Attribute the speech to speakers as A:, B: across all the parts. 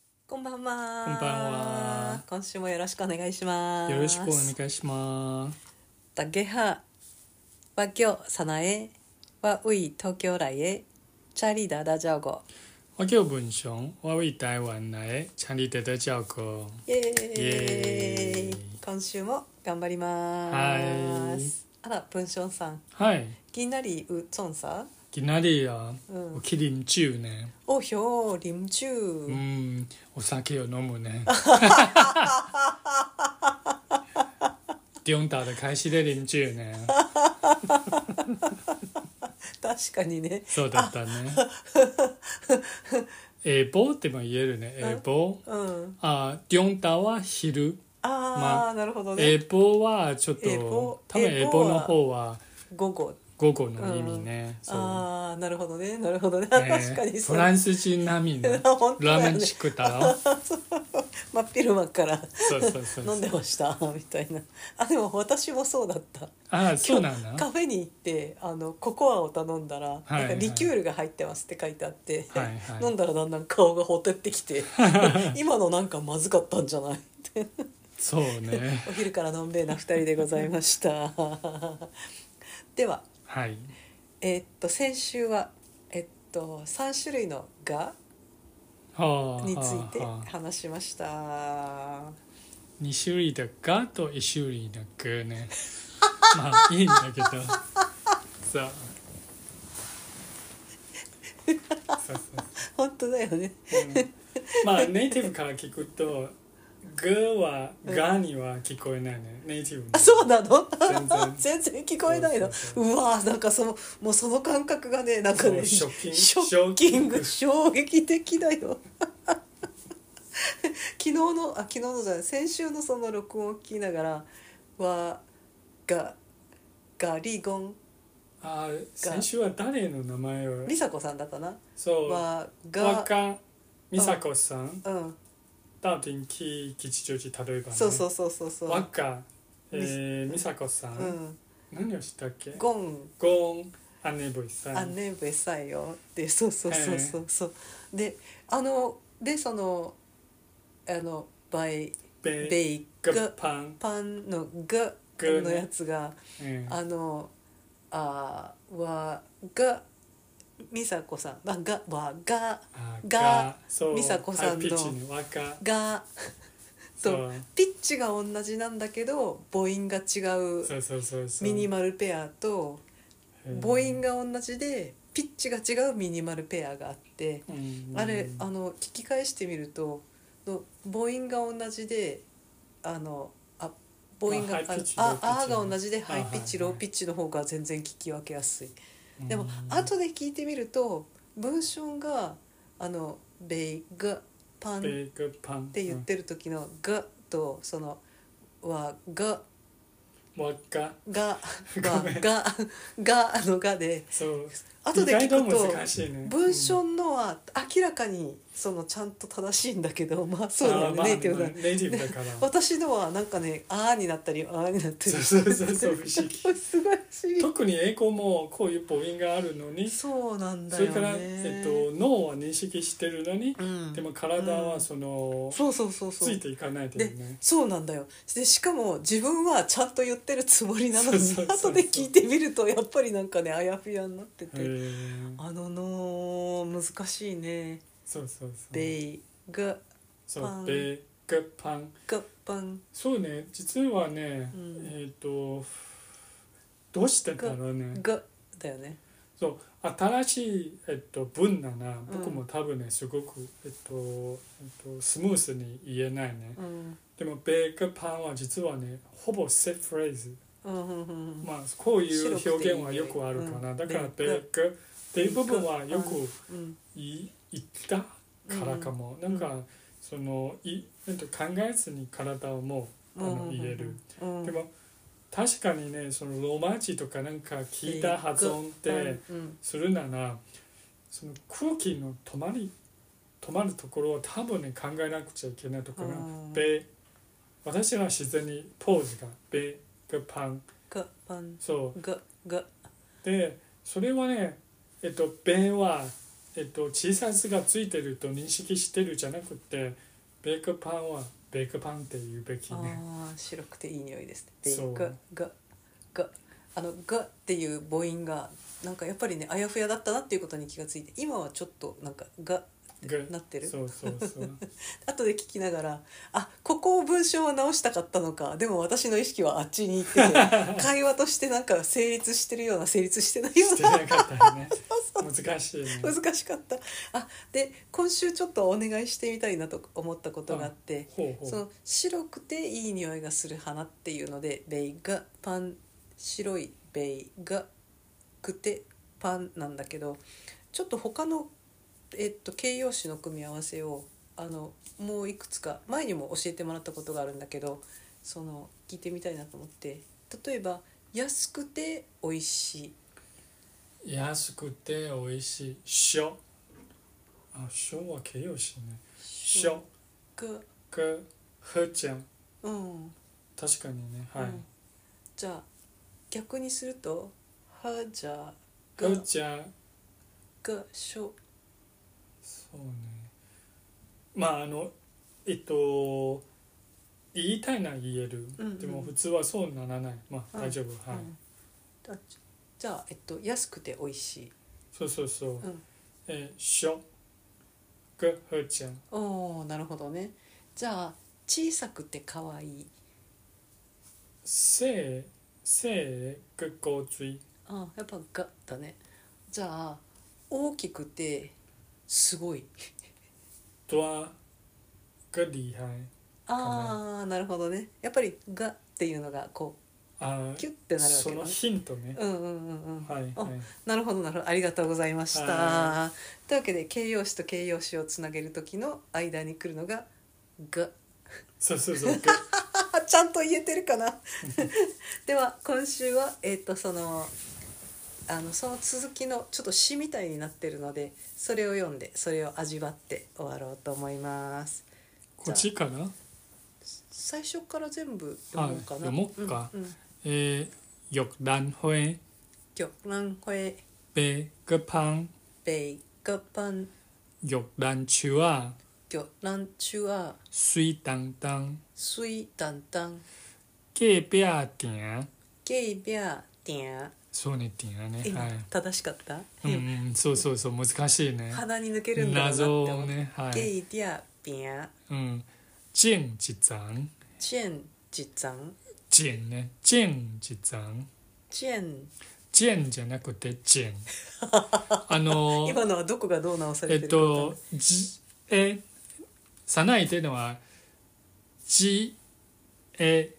A: ばんは
B: こんばんは
A: 今週もよろしくお願いします
B: よろしくお願いします。
A: だげはわきょさなえわうい東京来へチャリダダジャオゴ
B: 我叫文雄，我为台湾来，强力得得教科。
A: イエ
B: イエ
A: ー
B: ー
A: イ
B: イ
A: 今週も頑張りますあら文章さん
B: はい。
A: ぎんなりうつんさ
B: 今那里啊，
A: うん
B: 我去啉酒呢。
A: おひょうりんちゅう
B: 嗯，お酒を飲むね。中打的開始で啉酒ね。
A: 確かにね
B: そうだったね。えぼっても言えるね。えぼ。
A: うん
B: あ、中打は昼。
A: あ
B: ま
A: あなるほど
B: え
A: ね
B: ぼはちょっ
A: えぼ
B: と、多分えぼの方は
A: 午後
B: 午後の意味ね。そう。
A: ああなるほどねなるほどね
B: ね
A: 確かにそ
B: フ
A: う
B: ランス人並みの
A: 本当だよ
B: ラ
A: ね
B: ーメンチクタロ
A: 真っ昼間から
B: そうそうそう
A: 飲んでました みたいなあでも私もそうだった
B: ああそうなんだ
A: カフェに行ってあのココアを頼んだら、
B: はい
A: なんかリキュールが入ってますって書いてあって、
B: はいはい
A: 飲んだらだんだん顔がほてってき て今のなんかまずかったんじゃないって
B: そうね
A: お昼からのんべえな2人でございました では
B: はい
A: えっと先週はえっと3種類の「が」
B: はあ
A: について
B: はあ
A: 話しました。
B: 二種類だがと一種類だが ねまあいいんだけどさあそうそう
A: 本当だよね。
B: まあネイティブから聞くと「が」は「が」には聞こえないねネイティブ
A: あそうなの
B: 全然
A: 全然聞こえないの
B: そう
A: わーなんかそのもうその感覚がねなんかね
B: そうショッキング
A: ショッキング衝撃的だよ 昨日のあ昨日のじゃない先週のその録音を聞きながら「わがガリゴン
B: あ先週は誰の名前」を
A: 美佐子さんだったな「
B: そう
A: わが」
B: 若美佐子さん
A: うん
B: 大天気吉祥寺例えば、ね、
A: そうそうそうそうそう
B: 若、えー、美佐子さん、
A: うん
B: 何をしたっけ
A: ゴン
B: ゴンアネボイさん
A: あねべさいよでそうそうそうそうそう、であのでそのあのバイ
B: ベ
A: ベイ
B: グ
A: ク
B: パン、
A: パンのグ
B: グね
A: のやつが、
B: うん、
A: あのあはが美佐子さんあがはが
B: あ
A: が
B: そう
A: 美佐子さんの
B: ハイピッチの若
A: が
B: そう
A: ピッチが同じなんだけど母音が違う
B: そうそうそうそう
A: ミニマルペアと
B: うん
A: 母音が同じでピッチが違うミニマルペアがあって。
B: うん
A: あれあの聞き返してみるとの母音が同じであのあ母音が
B: あハイピッチ
A: あ
B: ローピッチ
A: ああが同じで
B: あ
A: ハイピッチ
B: はい
A: ロ
B: はい
A: ーピッチの方が全然聞き分けやすい
B: うん
A: でも後で聞いてみると文章があの「ベイグパン」っ
B: ベイグパンって
A: 言ってる時の「グ」とその「はが」
B: 若
A: が「
B: ご
A: が」
B: めん
A: が「が」の「が」で
B: そう
A: 後で聞
B: 意外
A: くと
B: 難しいね
A: 文章のは明らかにそのちゃんと正しいんだけどまあそうだよね、
B: あーまあ
A: ネイティブだ、
B: まあネイティブだから
A: 私のはなんかね「あ」になったり「あ」になったり
B: そうそうそうそう不思議
A: すごい不思
B: 特に英語もこういう母音があるのに
A: 議そうなんだ
B: そ
A: よ
B: れ
A: ね
B: から、えっと、脳は認識してるのに、
A: うん
B: でも体はその、
A: そうそうそうそ
B: ついうていかないと
A: で
B: ね
A: そうなんだよでしかも自分はちゃんと言ってるつもりなのに
B: そうそうそうそう
A: 後で聞いてみるとやっぱりなんかねあやふやになって
B: へ
A: て、
B: ー
A: あののー難しいね
B: そうそうそう
A: 「ベイが
B: そ
A: パン
B: うベガパン
A: がパン
B: そうね実はね、
A: うん
B: えっ、とどうしてだろうね
A: が」だよね
B: そう新しい、えっと、文なら
A: うん
B: 僕も多分ねすごく、えっとえっと、スムースに言えないね
A: うん
B: でもベガパンは実はねほぼセットフレーズ
A: うんうんうんうん
B: まあ、こういう表現はよくあるかな、
A: うん
B: だから
A: うん
B: 「ベック」っていう部分はよく
A: うん
B: い言ったからかも、
A: うん
B: なんかそのいなんて考えずに体をもうあの言える、
A: うん
B: でも確かにねそのロマ字とかなんか聞いた発音って
A: うん
B: するならその空気の止まり止まるところを多分ね考えなくちゃいけないところが
A: うん
B: 「ベ」私は自然にポーズが「ベ」がパン
A: がパン
B: そう
A: がが
B: でそれはねえっと弁は、えっと、小さい「す」がついてると認識してるじゃなくて「ベークパンはベークパンって言うべきね
A: ああ白くていい匂いですねで
B: そう
A: ガガガあのガっていう母音がなんかやっぱりねあやふやだったなっていうことに気がついて今はちょっとなんかガ
B: ぐ
A: なってる
B: そうそうそう
A: 後で聞きながらあここを文章は直したかったのかでも私の意識はあっちに行ってて会話としてなんか成立してるような成立してないよ
B: し
A: う
B: て
A: な
B: なかった ね難しい ね
A: 難しかったあで今週ちょっとお願いしてみたいなと思ったことがあって、
B: ほうほう
A: その白くていい匂いがする花っていうので「ベイがパン白いベイがくてパン」なんだけどちょっと他の、えっと、形容詞の組み合わせをあのもういくつか前にも教えてもらったことがあるんだけどその聞いてみたいなと思って例えば「安くて美味しい
B: 安くて美味しい塩あ塩は形容詞ね」塩
A: が
B: がふちゃん
A: うん
B: 確かにねはい、
A: うんじゃあ逆にすると「は」じゃあ「
B: ふ
A: が
B: ちゃん」
A: が「しょ」
B: そうねまああのえっと言いたいなら言える、
A: うんうん
B: でも普通はそうならないま
A: う
B: あ
A: ん
B: 大丈夫、はい、
A: うんあじじゃあ、えっと、安くて美味しい。
B: そうそうそう、
A: ん
B: えー、塩がふちゃん
A: おお、なるほどね。じゃあ、小さくて可愛い。
B: せいせいがごつい
A: あ、やっぱがだね。じゃあ、大きくてすごい。
B: とはがりは
A: ああ、なるほどね。やっぱりがっていうのがこ
B: あ
A: うキュッてなるわ
B: そ
A: け
B: の
A: だね。
B: ヒントね、
A: うんうんうんうん。
B: はい
A: あ
B: はい
A: なるほどなるほどありがとうございまし
B: は
A: た。というわけで形容詞と形容詞をつなげる時の間に来るのが「が」
B: そうそう そうが
A: あちゃんと言えてるか なでは今週はえっ、とそのあのその続きのちょっと詩みたいになってるのでそれを読んでそれを味わって終わろうと思います
B: こっちかな
A: 最初から全部読もうかな
B: あ読もうか
A: うんうん
B: えー、玉蘭花
A: 玉蘭花
B: 贝个旁
A: 北个班
B: 玉兰树啊
A: 玉蘭中は
B: 水当当
A: 水淡々
B: 隔壁店
A: ゲイビャーティア
B: そうね店ね
A: 今
B: はい
A: 正しかった、
B: うんうんそうそうそう難しいね
A: 鼻に抜けるんだろうなって
B: 謎
A: 思
B: を
A: う、
B: ねは
A: ゲ
B: い
A: イビャーピャ
B: うん前一層
A: チェンジザン
B: 前ね前一層
A: チェン
B: 前じゃなくて 前あの
A: 今のはどこがどう直さ
B: え
A: れて
B: っ
A: るかわかん
B: と
A: ない、
B: じ、え、さないっていうのは、じ、え、、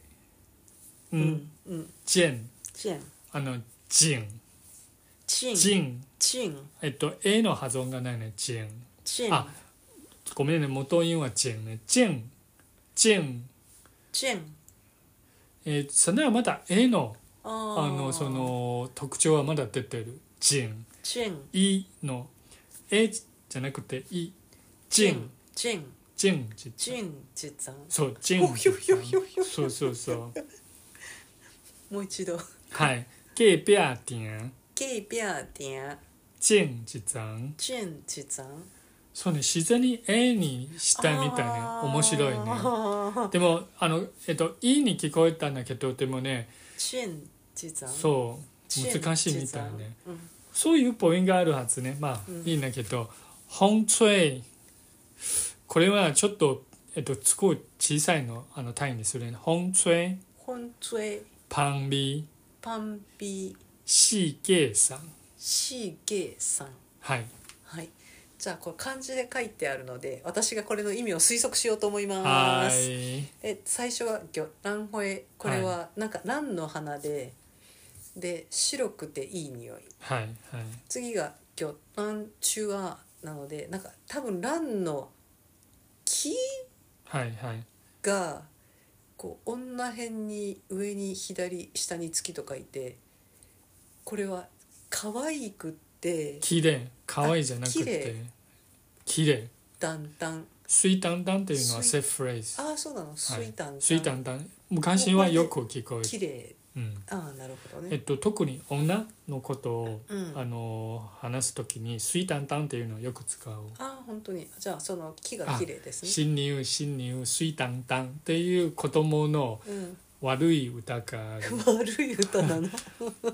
A: うんん、うん、
B: じん、
A: チェン、
B: あの、じん、
A: チン、
B: じん、
A: チン、
B: えっと、えの発音がないね、じん。
A: チン、
B: あごめんね、元音はじんね、じん、じん。
A: チン。
B: えー、さないはまだえの、
A: あ
B: あ
A: ー
B: の、そ、の、特徴はまだ出てる。じん、
A: チン、
B: いの、えじゃなくて、い、じん、、
A: チン、
B: じん、じ
A: チン、じざん。
B: そう、じん。
A: おひょひょひょひょ
B: そうそうそう。
A: もう一度。
B: はい。隔壁店、
A: ゲイビャーティア、
B: 前一層。
A: チン、じざん。
B: そうね、自然に A にしたみたいね。
A: あー
B: 面白いね。でも、あの、えっと、E に聞こえたんだけど、でもね、
A: チン、じざん。う、
B: そう、難しいみたいね。
A: うん。
B: そういうポイントがあるはずね。まあ、
A: うん
B: いいんだけど、本いこれはちょっと、えっと、すごい小さいの、あの、単位にするね。本い
A: 本追、
B: パンビ、
A: パンビ、
B: シーケーさん。
A: シーゲイさん。
B: はい。
A: はい。じゃあこれ漢字で書いてあるので、私がこれの意味を推測しようと思いま
B: は
A: す。
B: い。
A: え最初は魚蘭ホエこれはなんか蘭の花で、で白くていい匂い
B: はい。はい。
A: 次が魚蘭中和なのでなんか多分蘭の木
B: はい。はい。
A: がこう女辺に上に左下に月と書いてこれは可愛くって
B: 綺麗可愛いじゃな
A: あ
B: く
A: 綺麗
B: て綺麗
A: だんだん
B: 水淡々っていうのは
A: 水
B: セーフフレーズ
A: ああそうなの水淡々
B: 水淡々昔はよく聞こえ
A: 綺
B: る、
A: 麗
B: うん
A: ああなるほど
B: え
A: ね
B: っと、特に女のことを、
A: うん
B: あ
A: あ
B: の話す時に水淡々っていうのをよく使う
A: あ本当にじゃあその木が綺麗ですね
B: 新入新入水タンタンっていう子供の
A: うん、
B: 悪い歌が
A: 悪い歌なの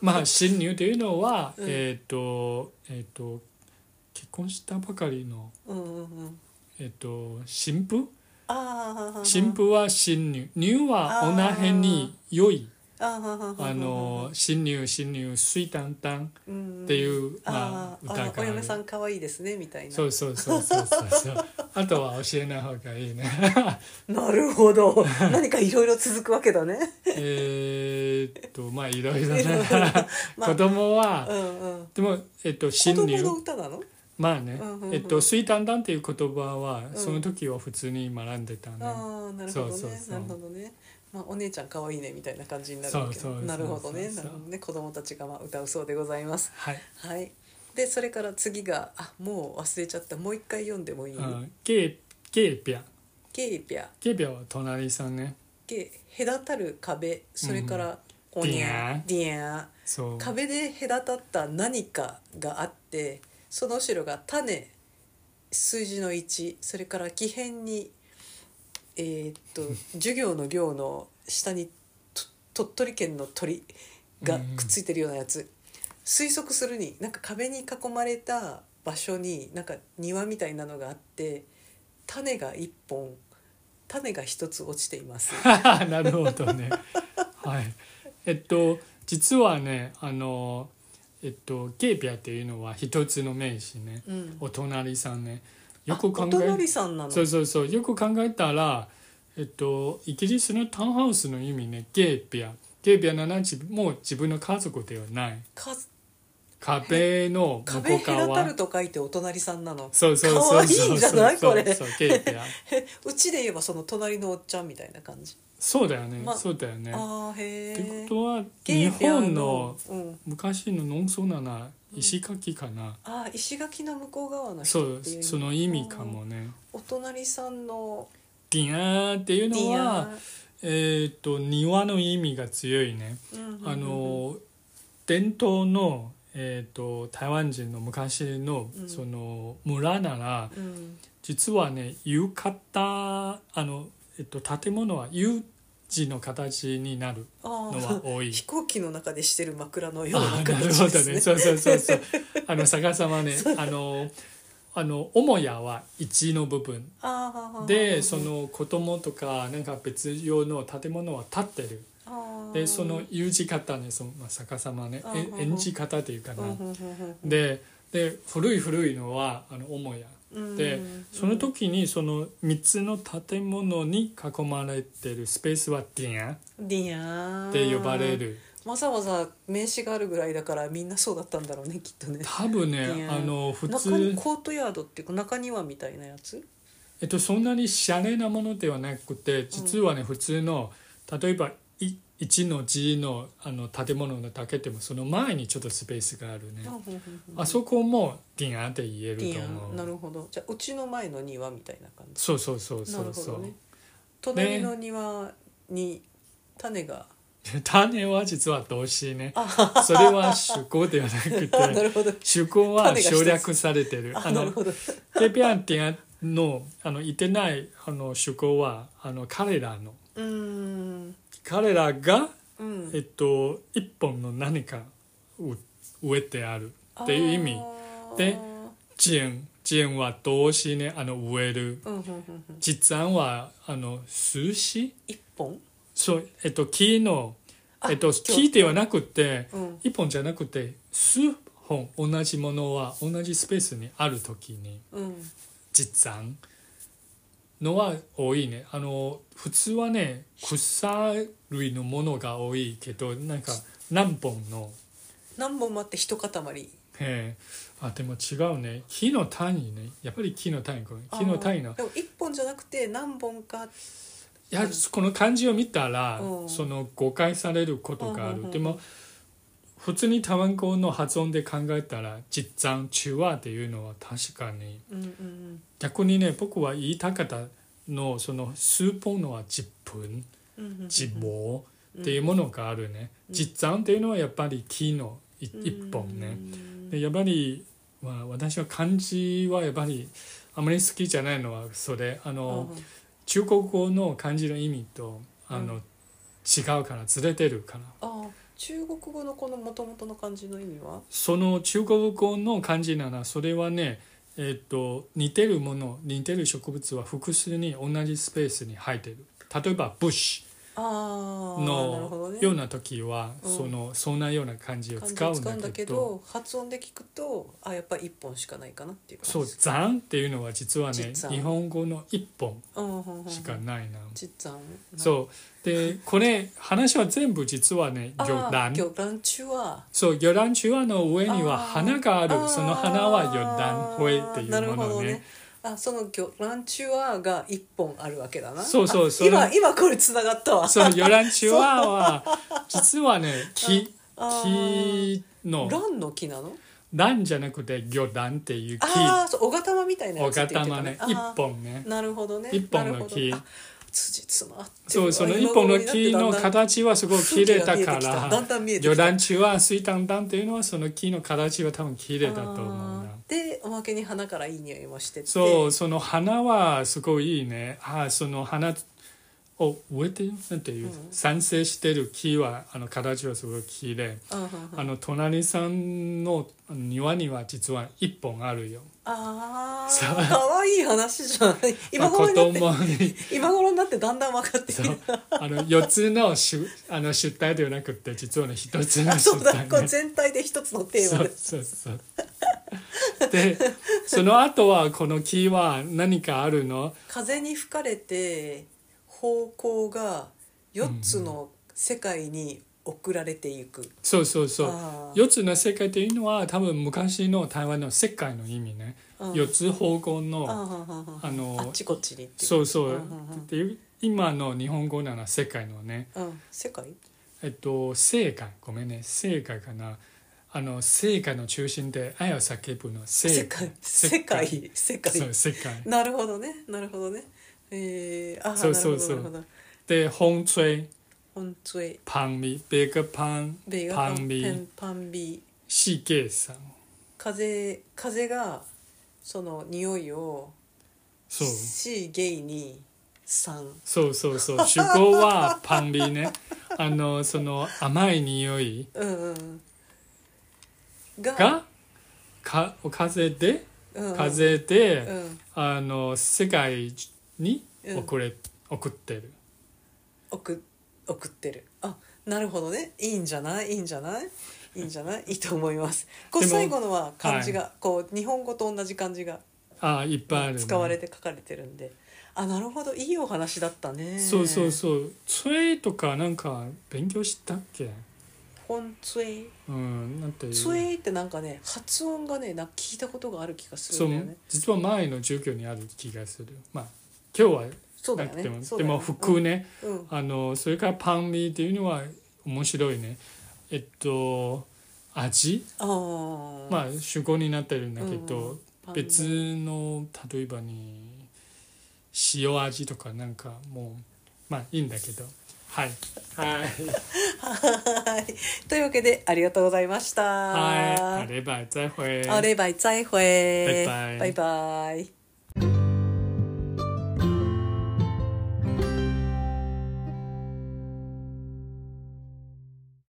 B: まあ新入というのは、
A: うん
B: えっ、とえっ、と結婚したばかりの
A: うんうんうん
B: えっ、と新婦
A: ああ
B: 新婦は新入入はおなへに良い
A: あー
B: あの新入新入水タンタン
A: うん
B: っていう、
A: あ
B: ま
A: ー
B: あ、歌
A: あ
B: が
A: お
B: あ
A: 嫁
B: る
A: さん可愛いですねみたいな
B: そうそうそうそうそう そうあとは教えない方がいいね
A: なるほど何かいろいろ続くわけだ ね、
B: えーっとまあいろい ろ
A: いろいろ
B: な
A: ま
B: 子
A: あ、
B: 供は、
A: うんうん
B: でもえっ
A: 子
B: と新
A: 供
B: 入
A: の歌なの
B: まあね、
A: うんうんうん
B: えっと「水丹丹」っていう言葉は、
A: ん
B: その時は普通に学んでたね
A: ああなるほどね
B: そうそうそ
A: な
B: う
A: るほどね、まあ、お姉ちゃん可愛いねみたいな感じになるわけ
B: そうそうそうそう
A: なるほどねなるほどね子供たちがまあ歌うそうでございます
B: はい、
A: はいでそれから次があもう忘れちゃったもう一回読んでもいい、
B: うん、ゲーゲーピャ
A: ゲイピャ
B: ゲーピャは隣さんね
A: ゲイ隔たる壁それから、おにゃディア
B: そう
A: 壁で隔たった何かがあってその後ろが種数字の1それから木片にえーっと授業の量の下にと鳥取県の鳥がくっついてるようなやつ、推測するになんか壁に囲まれた場所になんか庭みたいなのがあって種が1本種が1つ落ちています。
B: なるほどね。はい。えっと実はねあのえっとゲーピアっていうのは一つの名詞ね。
A: うん、
B: お隣さんね。よく考
A: あお
B: え
A: 隣さんなの
B: そうそうそうよく考えたらえっとイギリスのタウンハウスの意味ねゲーピア。ゲーピアなら自分もう自分の家族ではない。
A: か
B: 壁の向こ
A: 壁
B: う
A: 隔た
B: 側
A: る。と書いてお隣さんなの
B: そうそうそう
A: 可愛い
B: そ
A: ん
B: う
A: じ
B: そ
A: ゃ
B: う
A: な
B: そ
A: いう
B: そう
A: これ
B: ゲーピア。
A: うちで言えばその隣のおっちゃんみたいな感じ、
B: そうだよね、
A: ま
B: そうだよね。っ
A: ああへえ
B: てことは
A: ゲ
B: 日
A: イピア
B: 本の
A: うん、
B: 昔の農村なら石垣かな、
A: ああ石垣の向こう側の
B: そ
A: 人っ
B: う
A: ていう
B: その意味かもね
A: お隣さんの
B: ディアーっていう
A: デ
B: の
A: ィ
B: は
A: ア
B: えーっと庭の意味が強いね、
A: うんうん
B: あの伝統のえーっと台湾人の昔の
A: うん
B: その村なら
A: うん
B: 実はね浴衣あのえっと建物は U 字の形になる
A: あ
B: の
A: ー
B: は多い
A: 飛行機の中でしてる枕の よう
B: あ
A: な
B: ーな
A: 形
B: るほど
A: で
B: ね。
A: すね
B: そうそ うそうそう。あの逆さまね。あのあの母屋は一の部分
A: あーはーはーはー
B: でその子供とかなんか別用の建物は立ってる。
A: あー
B: でその U 字型ねその、まあ、逆さまね
A: あ
B: え
A: うんうん
B: N 字型っていうか
A: うん
B: な
A: う。んうん
B: でで古い古いのはあの母屋。
A: うん
B: で
A: うん
B: その時にその3つの建物に囲まれてるスペースはディアン
A: ディアー
B: って呼ばれる。
A: わざわざ名刺があるぐらいだからみんなそうだったんだろうねきっとね
B: 多分
A: ディ
B: ね
A: アン
B: あの普通
A: 中にコートヤードっていうか中庭みたいなやつ
B: えっと、そんなにシャレなものではなくて実はね、普通の例えばい1の G のあの建物のだけでもその前にちょっとスペースがあるね、あそこもディアンって言え
A: デ
B: ると
A: ィアンな
B: 思う
A: るほどじゃあうちの前の庭みたいな感じ
B: そうそうそうそ
A: なる
B: う
A: ほ
B: そ
A: ど
B: う、
A: ね隣の庭に種が、
B: 種は実は動詞ね
A: あ
B: それは主語ではなく
A: あな
B: て
A: るほど
B: 主語
A: 種
B: は
A: が一つ
B: 省略されてる
A: あ
B: あ
A: なる
B: の
A: ほど
B: ペペアンディアンのあの言ってないあの主語はあの彼らの
A: うーん
B: 彼らが
A: うん
B: えっと、一本の何かを植えてあるっていう意味
A: あー
B: でジェンジェンは動詞ねあの植える
A: うんうんうんうん
B: 実案はあの数詞
A: 一本
B: そうえっと木の
A: あ
B: えっと木ではなくて
A: うん
B: 一本じゃなくて数本同じものは同じスペースにある時に
A: うん
B: 実案のは多いねあの普通はね草類のものが多いけどなんか何本の
A: 何本もあって一塊
B: ええあでも違うね木の単位ねやっぱり木の単位これ木の単位
A: あ
B: の
A: ーでも一本じゃなくて何本か
B: いやこの漢字を見たら、
A: うん
B: その誤解されることがあ
A: うん
B: る、
A: うんうん
B: でも普通に台湾語の発音で考えたら「実弾中和」っていうのは確かに
A: うんうんうん
B: 逆にね僕は言いたかったのその数本のは10分
A: うんうんうん
B: 自謀っていうものがあるね、実弾っていうのはやっぱり木のい一本ね、
A: うん
B: でやっぱり、まあ、私は漢字はやっぱりあまり好きじゃないのはそれあ
A: う
B: の
A: ん、
B: 中国語の漢字の意味とあの、
A: う
B: 違うからずれてるから
A: あ中国語のこの元々の漢字の意味は
B: その中国語の漢字ならそれはねえっと似てるもの似てる植物は複数に同じスペースに入ってる例えばブッシ
A: あ
B: ュ
A: あなるほど
B: の
A: ね
B: ような時は
A: うん
B: そのそんなような漢字を
A: 漢字
B: 使
A: 使
B: う
A: うん
B: ん
A: だ
B: だ
A: け
B: けど
A: ど発音で聞くとあやっぱ一本しかないかなっていう感じ
B: そう「ザン」っていうのは実はね
A: 実は
B: 日本語の一本
A: うんうんうんうん
B: しかないな。
A: ちっちゃん
B: そうでこれ話は全部実はね
A: あ
B: 魚
A: ー
B: 卵
A: 魚卵中は
B: そう魚卵中和の上には
A: あー
B: 花がある
A: ー
B: その花は魚卵笛って
A: なる
B: いうも
A: ほ
B: の
A: ど
B: ね
A: あその魚卵中はが一本あるわけだな
B: そうそう
A: あ
B: それ
A: 今今これつながったわ
B: そう魚卵中和は実は ね木
A: あー
B: 木の
A: 卵の木なの
B: 卵じゃなくて魚卵っていう木
A: ああそう小型まみたいな
B: お
A: やつって言ってた
B: 固まね
A: ね
B: 一
A: あー
B: 本ね
A: なるほどね
B: 一本の
A: な
B: 木
A: るほどあ辻つまってる
B: そうその
A: わ
B: 一本の
A: 今頃に
B: 木
A: なって
B: の
A: だんだん
B: 形はすごく綺麗だか
A: 風景が見えてきただ
B: ら
A: んだん見えて
B: 魚
A: きた
B: 卵中和水炭炭っていうのはその木の形は多分綺麗だと思うんだ
A: あーでおまけに花からいい匂いもしてて
B: そうその花はすごいいいねあーその花を植えてるなんていう、
A: うん
B: 賛成してる木はあの形はすごい綺麗、
A: うんうんうん
B: あの隣さんの庭には実は一本あるよ、
A: あ
B: そう
A: あ可愛い話じゃ ない今頃になって
B: まあ子供に
A: 今頃になってだんだん分かってき
B: そう
A: た
B: あの4つの主あの出体ではなくて実はね1つの
A: あそ
B: 出
A: うだ
B: 体、ね、
A: これ全体で一つのテーマ
B: そう
A: です
B: そうそうでその後はこの木は何かあるの
A: 風に吹かれて方向が4つの世界に送られていく、
B: そうそうそう
A: あー
B: 四つの世界というのは多分昔の台湾の世界の意味ね、
A: うん
B: 四つ方向
A: あ
B: の
A: あ
B: あの
A: あっちこっちにっていう
B: そうそううん
A: うんうん
B: っていう今の日本語なら世界のね
A: うん、世界
B: えっと世界ごめんね世界かなあの世界の中心で愛を叫ぶの
A: 世界世界世界
B: そう世界
A: なるほどねなるほどねえー、あー
B: そうそうそ
A: な
B: う
A: るほどなるほど
B: で風吹
A: 本杖
B: パンビベーグパン
A: 米が
B: パ
A: パ
B: ン
A: ン
B: ビ
A: ビーパンビー
B: シゲさん
A: 風風がその匂いを
B: そう
A: シーゲイに3
B: そうそ うそう主語はパンビねあのその甘い匂い
A: うんうんが
B: がか風で
A: うんうん、
B: 風で、
A: うん、
B: あの世界に
A: うん
B: 送れ、送ってる
A: 送送ってるあなるほどねいいんじゃないいいんじゃないいいんじゃ ないいいと思いますこう
B: でも
A: 最後のは漢字が、こう日本語と同じ漢字が
B: あいっぱいある、ね、
A: 使われて書かれてるんであなるほどいいお話だったね
B: そうそうそう杖とかなんか勉強したっけ
A: 本杖
B: うんなんていう
A: 杖ってなんかね発音がねなんか聞いたことがある気がする
B: そうん
A: だよね
B: 実は前の授業にある気がするまあ今日は
A: そうだ
B: な
A: よ
B: くても、
A: ねそう
B: で
A: だよ
B: も
A: ね
B: 服ね、
A: うんうん
B: あのそれからパンミーっていうのは面白いねえっと味、
A: あー
B: まあ主語になってるんだけど、
A: うんパン
B: 別の例えばに塩味とかなんかもうまあいいんだけどはいはい
A: はい というわけでありがとうございました。
B: はいあれば再会
A: あれバイ再会。
B: バイバイ
A: バイバイ